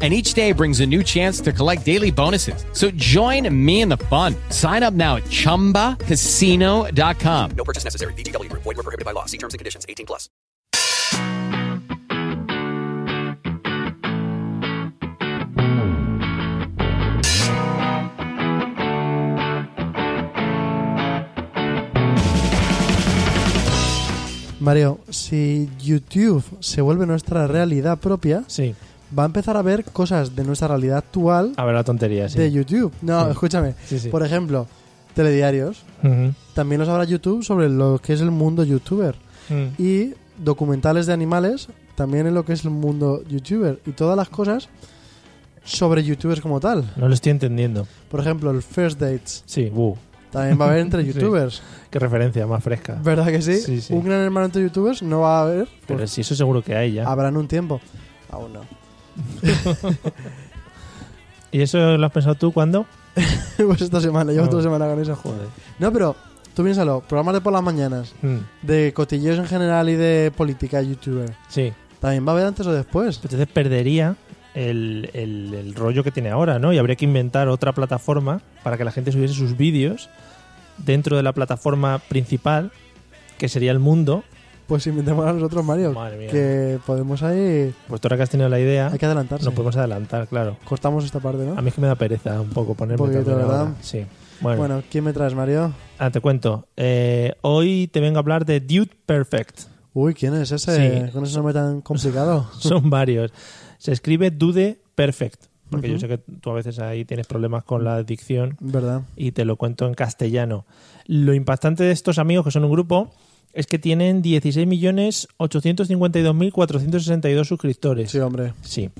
and each day brings a new chance to collect daily bonuses. So join me in the fun. Sign up now at ChumbaCasino.com. No purchase necessary. VGW Group. Void were prohibited by law. See terms and conditions. 18 plus. Mario, si YouTube se vuelve nuestra realidad propia, Sí. va a empezar a ver cosas de nuestra realidad actual A ver la tontería, Ah, sí. de YouTube. No, Sí. escúchame. Sí, sí. Por ejemplo, telediarios. Ujú. También los habrá YouTube sobre lo que es el mundo youtuber. Mm. Y documentales de animales también en lo que es el mundo youtuber. Y todas las cosas sobre youtubers como tal. No lo estoy entendiendo. Por ejemplo, el First Dates Sí, uh, también va a haber entre Sí. youtubers. qué referencia más fresca. ¿Verdad que sí? Sí, sí. Un gran hermano entre youtubers no va a haber. pues Pero sí, eso seguro que hay ya. Habrán un tiempo. Aún no. ¿Y eso lo has pensado tú cuándo? pues esta semana, llevo No. otra semana con eso. Ah. Joder. No, pero tú piénsalo, programas de por las mañanas, Mm, de cotilleos en general y de política youtuber. Sí. También va a haber antes o después. Entonces perdería el, el- el rollo que tiene ahora, ¿no? Y habría que inventar otra plataforma para que la gente subiese sus vídeos dentro de la plataforma principal, que sería el mundo. Pues inventemos a nosotros, Mario. Madre mía. Que podemos ahí. Pues tú ahora que has tenido la idea, Hay que adelantarse. nos podemos adelantar, claro. Cortamos esta parte, ¿no? A mí es que me da pereza un poco ponerme Poquito, también ahora. ¿verdad? Sí. bueno. Bueno, ¿quién me traes, Mario? Ah, te cuento. Eh, hoy te vengo a hablar de Dude Perfect. Uy, ¿quién es ese? Sí. Con ese nombre tan complicado. Son varios. Se escribe Dude Perfect. Porque yo Ujú. sé que tú a veces ahí tienes problemas con la adicción ¿Verdad? y te lo cuento en castellano. Lo impactante de estos amigos, que son un grupo, es que tienen 16.852.462 suscriptores. Sí, hombre. Sí.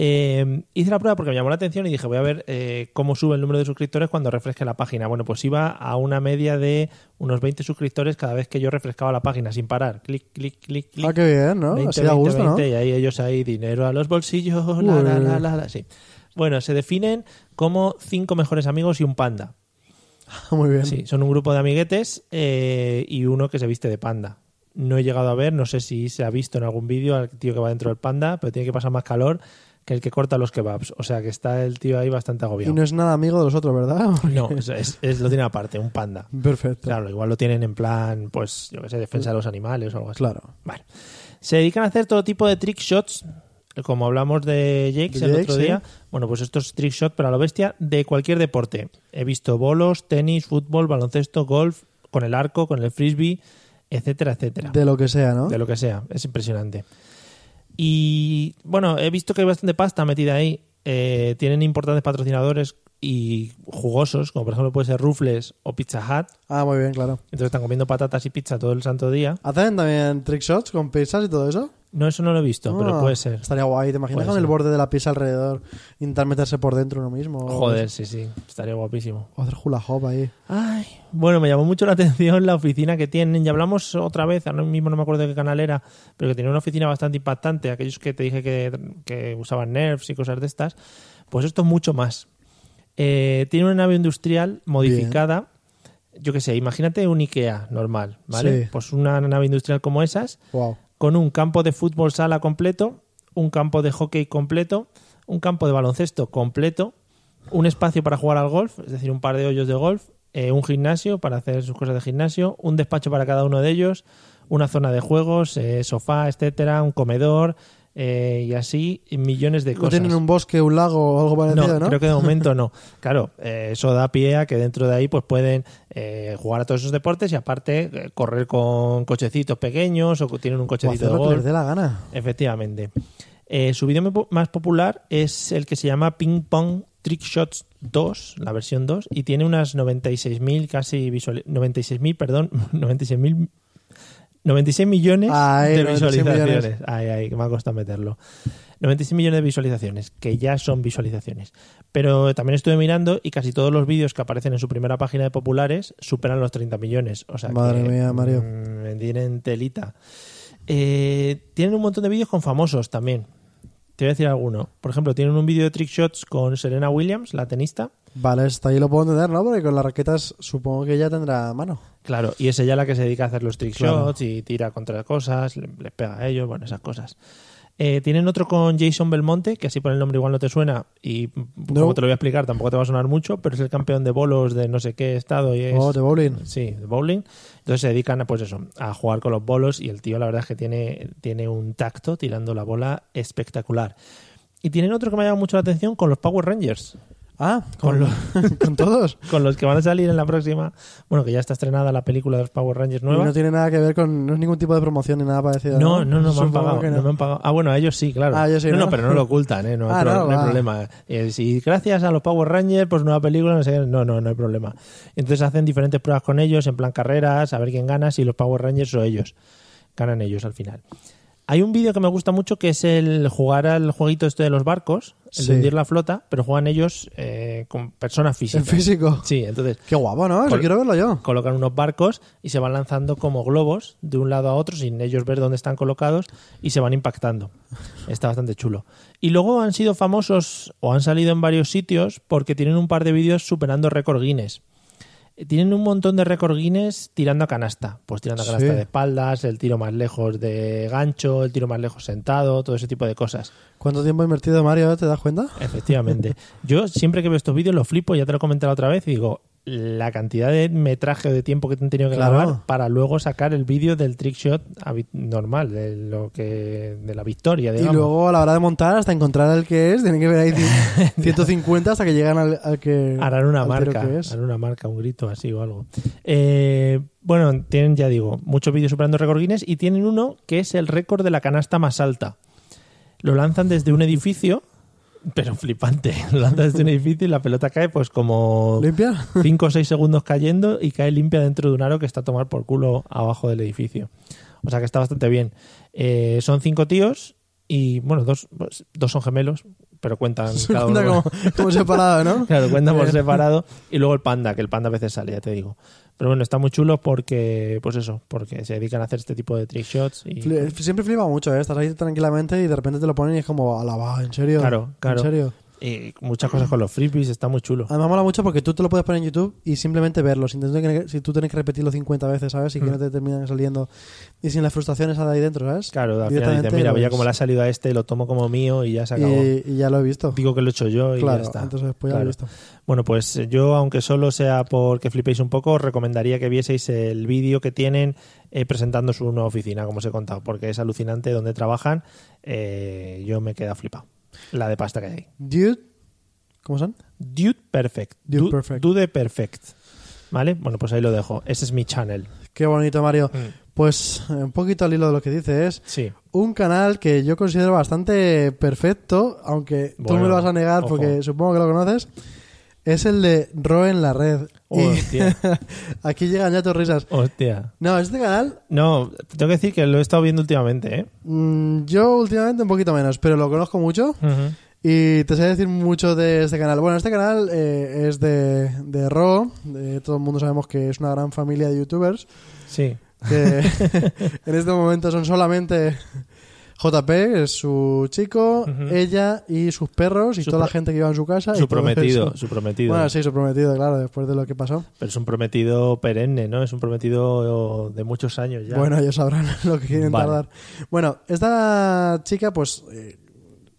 Eh, hice la prueba porque me llamó la atención y dije, voy a ver eh, cómo sube el número de suscriptores cuando refresque la página. Bueno, pues iba a una media de unos 20 suscriptores cada vez que yo refrescaba la página sin parar. Clic, clic, clic, clic. Ah, qué bien, ¿no? 20, Así da 20, gusto, ¿no? 20, Y ahí ellos ahí, dinero a los bolsillos, la, la, Uy. la, la, la, sí. Bueno, se definen como cinco mejores amigos y un panda. Muy bien. Sí, son un grupo de amiguetes eh, y uno que se viste de panda. No he llegado a ver, no sé si se ha visto en algún vídeo al tío que va dentro del panda, pero tiene que pasar más calor que el que corta los kebabs. O sea que está el tío ahí bastante Y agobiado. no es nada amigo de los otros, ¿verdad? No, es- es- es- lo tiene aparte, un panda. Perfecto. Claro. Claro, igual lo tienen en plan, pues, yo qué sé, defensa de los animales o algo así. Claro. Vale. Se dedican a hacer todo tipo de trick shots, como hablamos de Jakes De el Jakes, otro sí. día. Bueno, pues estos trick shots para la bestia de cualquier deporte. He visto bolos, tenis, fútbol, baloncesto, golf, con el arco, con el frisbee, etcétera, etcétera. De lo que sea, ¿no? De lo que sea, es impresionante. Y bueno, he visto que hay bastante pasta metida ahí. Eh, tienen importantes patrocinadores y jugosos, como por ejemplo puede ser Rufles o Pizza Hut. Ah, muy bien, claro. Entonces están comiendo patatas y pizza todo el santo día. ¿Hacen también trick shots con pizzas y todo eso? No, eso no lo he visto, pero Ah, puede ser. Estaría guay, ¿te imaginas Puede con el ser. borde de la pizza alrededor? Intentar meterse por dentro uno mismo. o- Joder, sí, sí, estaría guapísimo. O hacer hula hop ahí. Ay, bueno, me llamó mucho la atención la oficina que tienen. Ya hablamos otra vez, ahora mismo no me acuerdo de qué canal era, pero que tenía una oficina bastante impactante. Aquellos que te dije que, que usaban nerfs y cosas de estas, pues esto es mucho más. Eh, tiene una nave industrial modificada. Yo qué sé, imagínate un IKEA normal, ¿vale? Sí. Pues una nave industrial como esas, Wow. con un campo de fútbol sala completo, un campo de hockey completo, un campo de baloncesto completo, un espacio para jugar al golf, es decir, un par de hoyos de golf, eh, un gimnasio para hacer sus cosas de gimnasio, un despacho para cada uno de ellos, una zona de juegos, eh, sofá, etcétera, un comedor eh, y así millones de ¿No cosas. tienen un bosque, un lago o algo parecido, no? creo que de momento no. Claro, eh, eso da pie a que dentro de ahí pues pueden eh, jugar a todos esos deportes y aparte eh, correr con cochecitos pequeños o que tienen un O cochecito hacer de lo que les golf. dé la gana. Efectivamente. Eh, su vídeo mo- más popular es el que se llama Ping Pong Trick Shots 2, la versión 2, y tiene unas 96.000 casi visualizaciones. 96.000, perdón, 96.000. 96 millones Ay, de 96 millones. visualizaciones. Ay, ay, que me ha costado meterlo. 96 millones de visualizaciones, que ya son visualizaciones. Pero también estuve mirando y casi todos los vídeos que aparecen en su primera página de populares superan los 30 millones. O sea Madre que, mía, Mario. mm, tienen telita. Eh, tienen un montón de vídeos con famosos también. Te voy a decir alguno. Por ejemplo, tienen un vídeo de trick shots con Serena Williams, la tenista. Vale, hasta ahí lo puedo entender, ¿no? Porque con las raquetas supongo que ya tendrá mano. Claro, y es ella la que se dedica a hacer los trick Claro. shots y tira contra cosas, le- les pega a ellos, bueno, esas cosas. Eh, tienen otro con Jason Belmonte, que así por el nombre igual no te suena y mm, No. como te lo voy a explicar tampoco te va a sonar mucho, pero es el campeón de bolos de no sé qué estado y es... Oh, de bowling. Sí, de bowling. Entonces se dedican a, pues eso, a jugar con los bolos y el tío la verdad es que tiene, tiene un tacto tirando la bola espectacular. Y tienen otro que me ha llamado mucho la atención con los Power Rangers, Ah, Con con, con todos. con los que van a salir en la próxima, bueno, que ya está estrenada la película de los Power Rangers Y nueva. no tiene nada que ver con. No es ningún tipo de promoción ni nada parecido. No, no, no, me han Supongo pagado, que no. me han pagado. Ah, bueno, a ellos sí, claro. Ah, ellos sí, no, ¿no? no, pero no lo ocultan, ¿eh? No, hay Ah, pro- no, no hay va. problema. Eh, si gracias a los Power Rangers, pues nueva película, no sé qué. no, no, no hay problema. Entonces hacen diferentes pruebas con ellos, en plan carreras, a ver quién gana, si los Power Rangers o ellos. Ganan ellos al final. Hay un vídeo que me gusta mucho que es el jugar al jueguito este de los barcos, el Sí. de hundir la flota, pero juegan ellos eh, con personas En físicas. físico. Sí, entonces Qué guapo, ¿no? Eso Col- quiero verlo yo. colocan unos barcos y se van lanzando como globos de un lado a otro sin ellos ver dónde están colocados y se van impactando. Está bastante chulo. Y luego han sido famosos o han salido en varios sitios porque tienen un par de vídeos superando récord Guinness. Eh, Tienen un montón de récord Guinness tirando a canasta. Pues tirando a canasta Sí. de espaldas, el tiro más lejos de gancho, el tiro más lejos sentado, todo ese tipo de cosas. ¿Cuánto tiempo ha invertido Mario? ¿Te das cuenta? Efectivamente. Yo siempre que veo estos vídeos los flipo, ya te lo he comentado otra vez, y digo, la cantidad de metraje o de tiempo que te han tenido que Claro. grabar para luego sacar el vídeo del trick shot habi- normal, de lo que de la victoria, digamos. Y luego a la hora de montar, hasta encontrar el que es, tienen que ver ahí cien- 150 hasta que llegan al, al que. harán una al tiro marca, que es. harán una marca, un grito así o algo. Eh, bueno, tienen, ya digo, muchos vídeos superando récord Guinness y tienen uno que es el récord de la canasta más alta. Lo lanzan desde un edificio, pero flipante. Lo lanzan desde un edificio y la pelota cae pues como ¿Limpia? 5 o 6 segundos cayendo y cae limpia dentro de un aro que está a tomar por culo abajo del edificio. O sea que está bastante bien. Eh, son cinco tíos y, bueno, dos, pues, dos son gemelos, pero cuentan Se cada uno. cuenta como, como separado, ¿no? Claro, cuentan por Eh. separado. Y luego el panda, que el panda a veces sale, ya te digo. Pero bueno, está muy chulo porque, pues eso, porque se dedican a hacer este tipo de trick shots. Y, Fli- Siempre flipa mucho, ¿eh? Estás ahí tranquilamente y de repente te lo ponen y es como, alaba, ¿en serio? Claro, claro. ¿En serio? Ah, y muchas cosas con los freebies, está muy chulo. Además mola mucho porque tú te lo puedes poner en YouTube y simplemente verlo, sin tener que, si tú tienes que repetirlo 50 veces, ¿sabes? Y que Mm. no te terminan saliendo. Y sin las frustraciones de ahí dentro, ¿sabes? Claro, al final dices, Directamente mira, lo ya ves. como le ha salido a este, lo tomo como mío y ya se acabó. Y, y ya lo he visto. Digo que lo he hecho yo y claro, ya está. entonces pues ya Claro. lo he visto. Bueno, pues eh, yo, aunque solo sea porque flipéis un poco, os recomendaría que vieseis el vídeo que tienen eh, presentando su nueva oficina, como os he contado, porque es alucinante donde trabajan. Eh, yo me queda flipado. La de pasta que hay. ahí. Dude, ¿cómo son? Dude Perfect. Dude Du- Perfect. Dude Perfect. ¿Vale? Bueno, pues ahí lo dejo. Ese es mi channel. Qué bonito, Mario. Pues eh, un poquito al hilo de lo que dices, Sí. un canal que yo considero bastante perfecto, aunque Bueno, tú me lo vas a negar ojo. porque supongo que lo conoces, es el de Roe en la red. Y Hostia. aquí llegan ya tus risas. Hostia. No, este canal No, tengo que decir que lo he estado viendo últimamente, ¿eh? mm, yo últimamente un poquito menos, pero lo conozco mucho Ujú. y te sé decir mucho de este canal. Bueno, este canal eh, es de, de Ro, de- todo el mundo sabemos que es una gran familia de youtubers. Sí. que en este momento son solamente JP, es su chico, Ujú. ella y sus perros y Su toda la pro- gente que iba en su casa. Ah, y Su todo prometido, eso. su prometido. Bueno, sí, su prometido, claro, después de lo que pasó. Pero es un prometido perenne, ¿no? Es un prometido eh, de muchos años ya. Bueno, ellos sabrán lo que quieren Vale. tardar. Bueno, esta chica pues eh,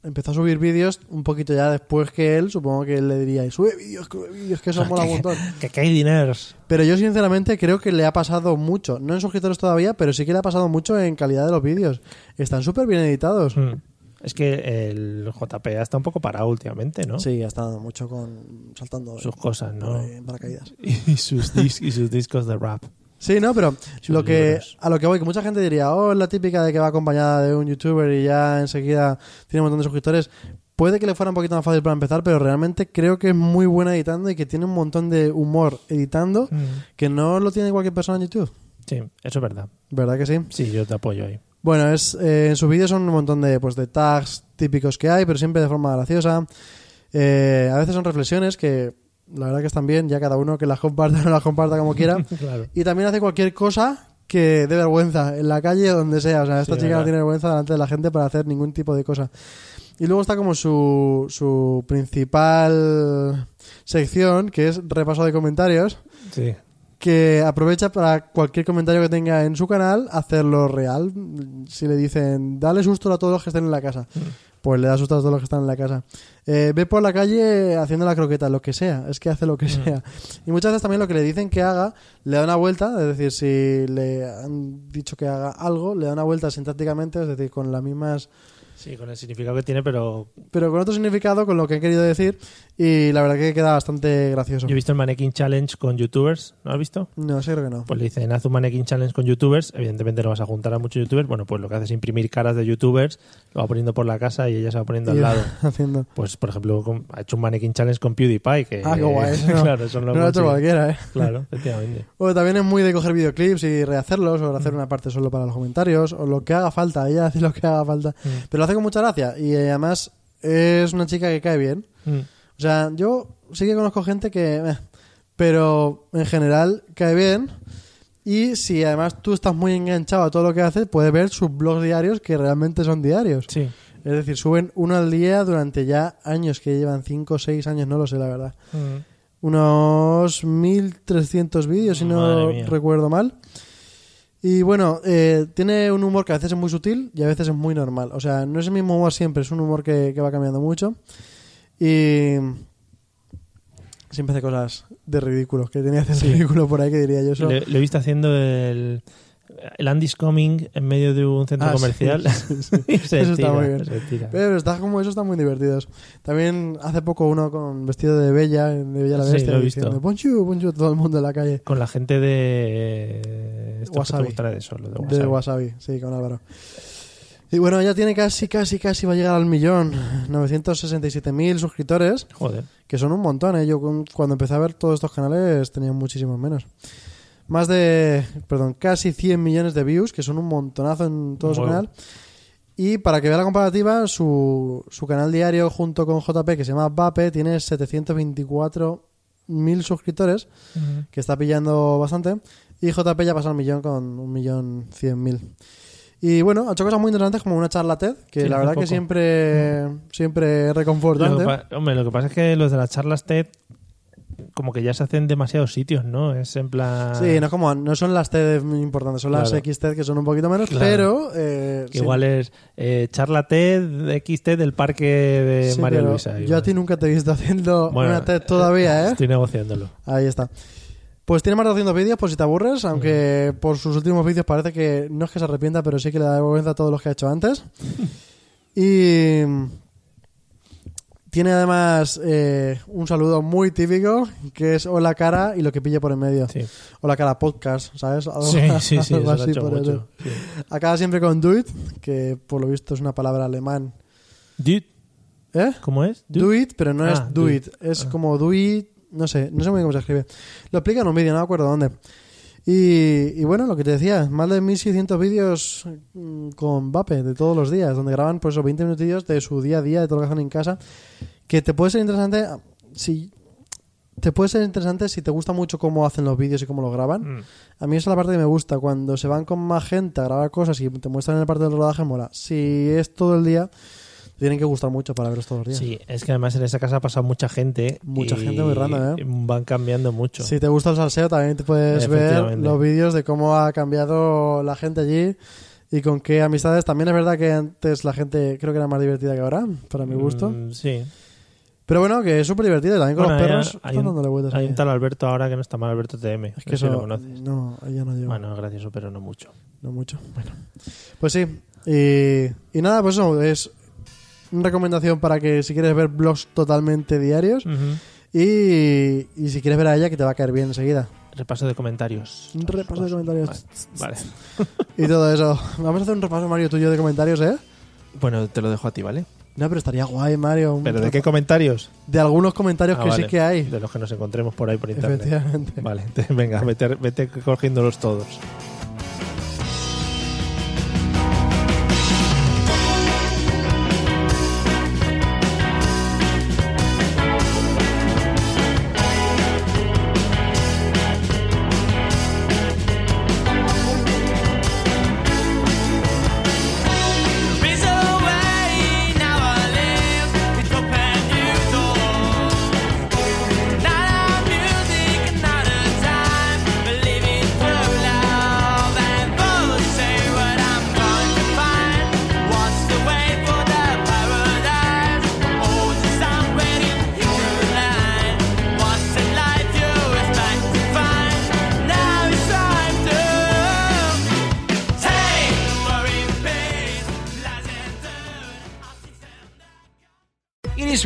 empezó a subir vídeos un poquito ya después que él, supongo que él le diría, "Y sube vídeos, sube vídeos, que eso mola un montón. que, que hay dineros. Pero yo sinceramente creo que le ha pasado mucho, no en suscriptores todavía, pero sí que le ha pasado mucho en calidad de los vídeos. Están súper bien editados. Mm. Es que el JPA está un poco parado últimamente, ¿no? Sí, ha estado mucho con saltando Sus cosas, ¿no? eh, en paracaídas. Y sus, dis- y sus discos de rap. Sí, no, pero lo que, libros. a lo que voy, que mucha gente diría, oh, es la típica de que va acompañada de un youtuber y ya enseguida tiene un montón de suscriptores. Puede que le fuera un poquito más fácil para empezar, pero realmente creo que es muy buena editando y que tiene un montón de humor editando que no lo tiene cualquier persona en YouTube. Sí, eso es verdad. ¿Verdad que sí? Sí, yo te apoyo ahí. Bueno, es, eh, en sus vídeos son un montón de, pues, de tags típicos que hay, pero siempre de forma graciosa. Eh, a veces son reflexiones que la verdad que están bien, ya cada uno que las comparta o no las comparta como quiera. Claro. Y también hace cualquier cosa que dé vergüenza en la calle o donde sea. O sea, esta Sí, chica no verdad. tiene vergüenza delante de la gente para hacer ningún tipo de cosa. Y luego está como su, su principal sección, que es repaso de comentarios, Sí. que aprovecha para cualquier comentario que tenga en su canal hacerlo real. Si le dicen, dale susto a todos los que estén en la casa, Mm. pues le da susto a todos los que están en la casa. Eh, ve por la calle haciendo la croqueta, lo que sea, es que hace lo que Mm. sea. Y muchas veces también lo que le dicen que haga, le da una vuelta, es decir, si le han dicho que haga algo, le da una vuelta sintácticamente, es decir, con las mismas Sí, con el significado que tiene, pero pero con otro significado, con lo que he querido decir, y la verdad que queda bastante gracioso. yo he visto el Mannequin Challenge con youtubers, ¿no has visto? No, sí creo que no. Pues le dicen, haz un mannequin challenge con youtubers. Evidentemente no vas a juntar a muchos youtubers. Bueno, pues lo que hace es imprimir caras de youtubers, lo va poniendo por la casa y ella se va poniendo Y- al lado. haciendo. Pues, por ejemplo, con- ha hecho un mannequin challenge con PewDiePie. Que, Ah, qué guay, eso no- claro, eso no No lo lo ha hecho consigue. cualquiera, ¿eh? Claro, efectivamente. O también es muy de coger videoclips y rehacerlos, o hacer una parte solo para los comentarios, o lo que haga falta, ella hace lo que haga falta. Pero lo hace con mucha gracia, y eh, además es una chica que cae bien. Mm. O sea, yo sí que conozco gente que... eh, pero en general cae bien. Y si además tú estás muy enganchado a todo lo que hace, puedes ver sus blogs diarios que realmente son diarios. Sí. Es decir, suben uno al día durante ya años, que llevan 5 o 6 años, no lo sé la verdad. Mm. Unos 1300 vídeos, si no Madre mía. recuerdo mal. Y bueno, eh, tiene un humor que a veces es muy sutil y a veces es muy normal. O sea, no es el mismo humor siempre, es un humor que, que va cambiando mucho. Y siempre hace cosas de ridículos, que tenía que hacer ridículo por ahí, que diría yo. Eso. Le- lo he visto haciendo el, el Andy's Coming en medio de un centro Ah, sí, comercial. Y se Eso está tira, muy bien. se tira. Pero está como eso, están muy divertidos. También hace poco uno con vestido de Bella, de Bella la Sí, Bestia, lo he visto. diciendo "Bonjour, bonjour", todo el mundo en la calle. Con la gente de... eh, esto que te Wasabi. gustará de eso, lo de De Wasabi. Wasabi, sí, con Álvaro. Y bueno, ella tiene casi, casi, casi va a llegar al millón. 967.000 suscriptores, Joder. que son un montón, ¿eh? Yo cu- cuando empecé a ver todos estos canales tenía muchísimos menos. Más de, perdón, casi 100 millones de views, que son un montonazo en todo su Wow. canal. Y para que vea la comparativa, su, su canal diario junto con JP, que se llama Vape, tiene 724.000 suscriptores Mm-hmm. que está pillando bastante. Y JP ya pasa al millón con un millón cien mil. Y bueno, ha hecho cosas muy interesantes como una charla TED, que Sí, la hace verdad que poco. Mm. siempre, siempre es Lo que reconfortante. pa- hombre, lo que pasa es que los de las charlas TED como que ya se hacen en demasiados sitios, ¿no? Es en plan... Sí, no, es como, no son las TED importantes, son las Claro. X TED que son un poquito menos, Claro. pero... eh, que sí. igual es eh, charla TED, XT del parque de Sí, María pero Luisa. Yo igual. a ti nunca te he visto haciendo Bueno, una TED todavía, ¿eh? Estoy negociándolo. Ahí está. Pues tiene más de 200 vídeos, por si te aburres, aunque por sus últimos vídeos parece que no es que se arrepienta, pero sí que le da vergüenza a todos los que ha hecho antes. Y tiene además eh, un saludo muy típico, que es hola cara y lo que pille por en medio. Sí, Hola cara podcast, ¿sabes? Algo- sí, sí, algo sí, eso lo ha así hecho por mucho. eso. Acaba siempre con do it, que por lo visto es una palabra alemán. Sí. Dude, ¿Eh? ¿Cómo es? Dude. Do it, pero no Ah, es do, do it. it. Es Ah. como do it, no sé, no sé muy bien cómo se escribe. Lo explica en un vídeo, no me acuerdo dónde. Y, y bueno, lo que te decía, más de 1600 vídeos mm, con Vape de todos los días, donde graban pues esos 20 minutillos de su día a día, de todo lo que hacen en casa, que te puede ser interesante ah, si te puede ser interesante si te gusta mucho cómo hacen los vídeos y cómo los graban. Mm. A mí esa es la parte que me gusta, cuando se van con más gente a grabar cosas y te muestran en la parte del rodaje mola. Si es todo el día, te tienen que gustar mucho para verlos todos los días. Sí, es que además en esa casa ha pasado mucha gente. Mucha y gente muy random, ¿eh? Van cambiando mucho. Si te gusta el salseo, también te puedes ver Efectivamente. los vídeos de cómo ha cambiado la gente allí y con qué amistades. También es verdad que antes la gente creo que era más divertida que ahora, para mi gusto. Mm, sí. Pero bueno, que es súper divertido. y También con Bueno, los hay- perros hay están un- dándole vueltas. Hay ahí. un tal Alberto ahora que no está mal, Alberto TM. es que eso lo conoces. No, ahí ya no llevo. Bueno, es gracioso, pero no mucho. No mucho. Pues sí. Y, y nada, pues eso es una recomendación para que si quieres ver blogs totalmente diarios Ujú. y, y si quieres ver a ella que te va a caer bien enseguida. Repaso de comentarios. Un repaso de comentarios. Vale. Y todo eso. Vamos a hacer un repaso, Mario, tuyo de comentarios, ¿eh? Bueno, te lo dejo a ti, ¿vale? No, pero estaría guay, Mario. un ¿Pero de repa- qué comentarios? De algunos comentarios Ah, que vale. sí que hay. De los que nos encontremos por ahí por internet. Efectivamente. Vale, te- venga, vete, vete cogiéndolos todos. is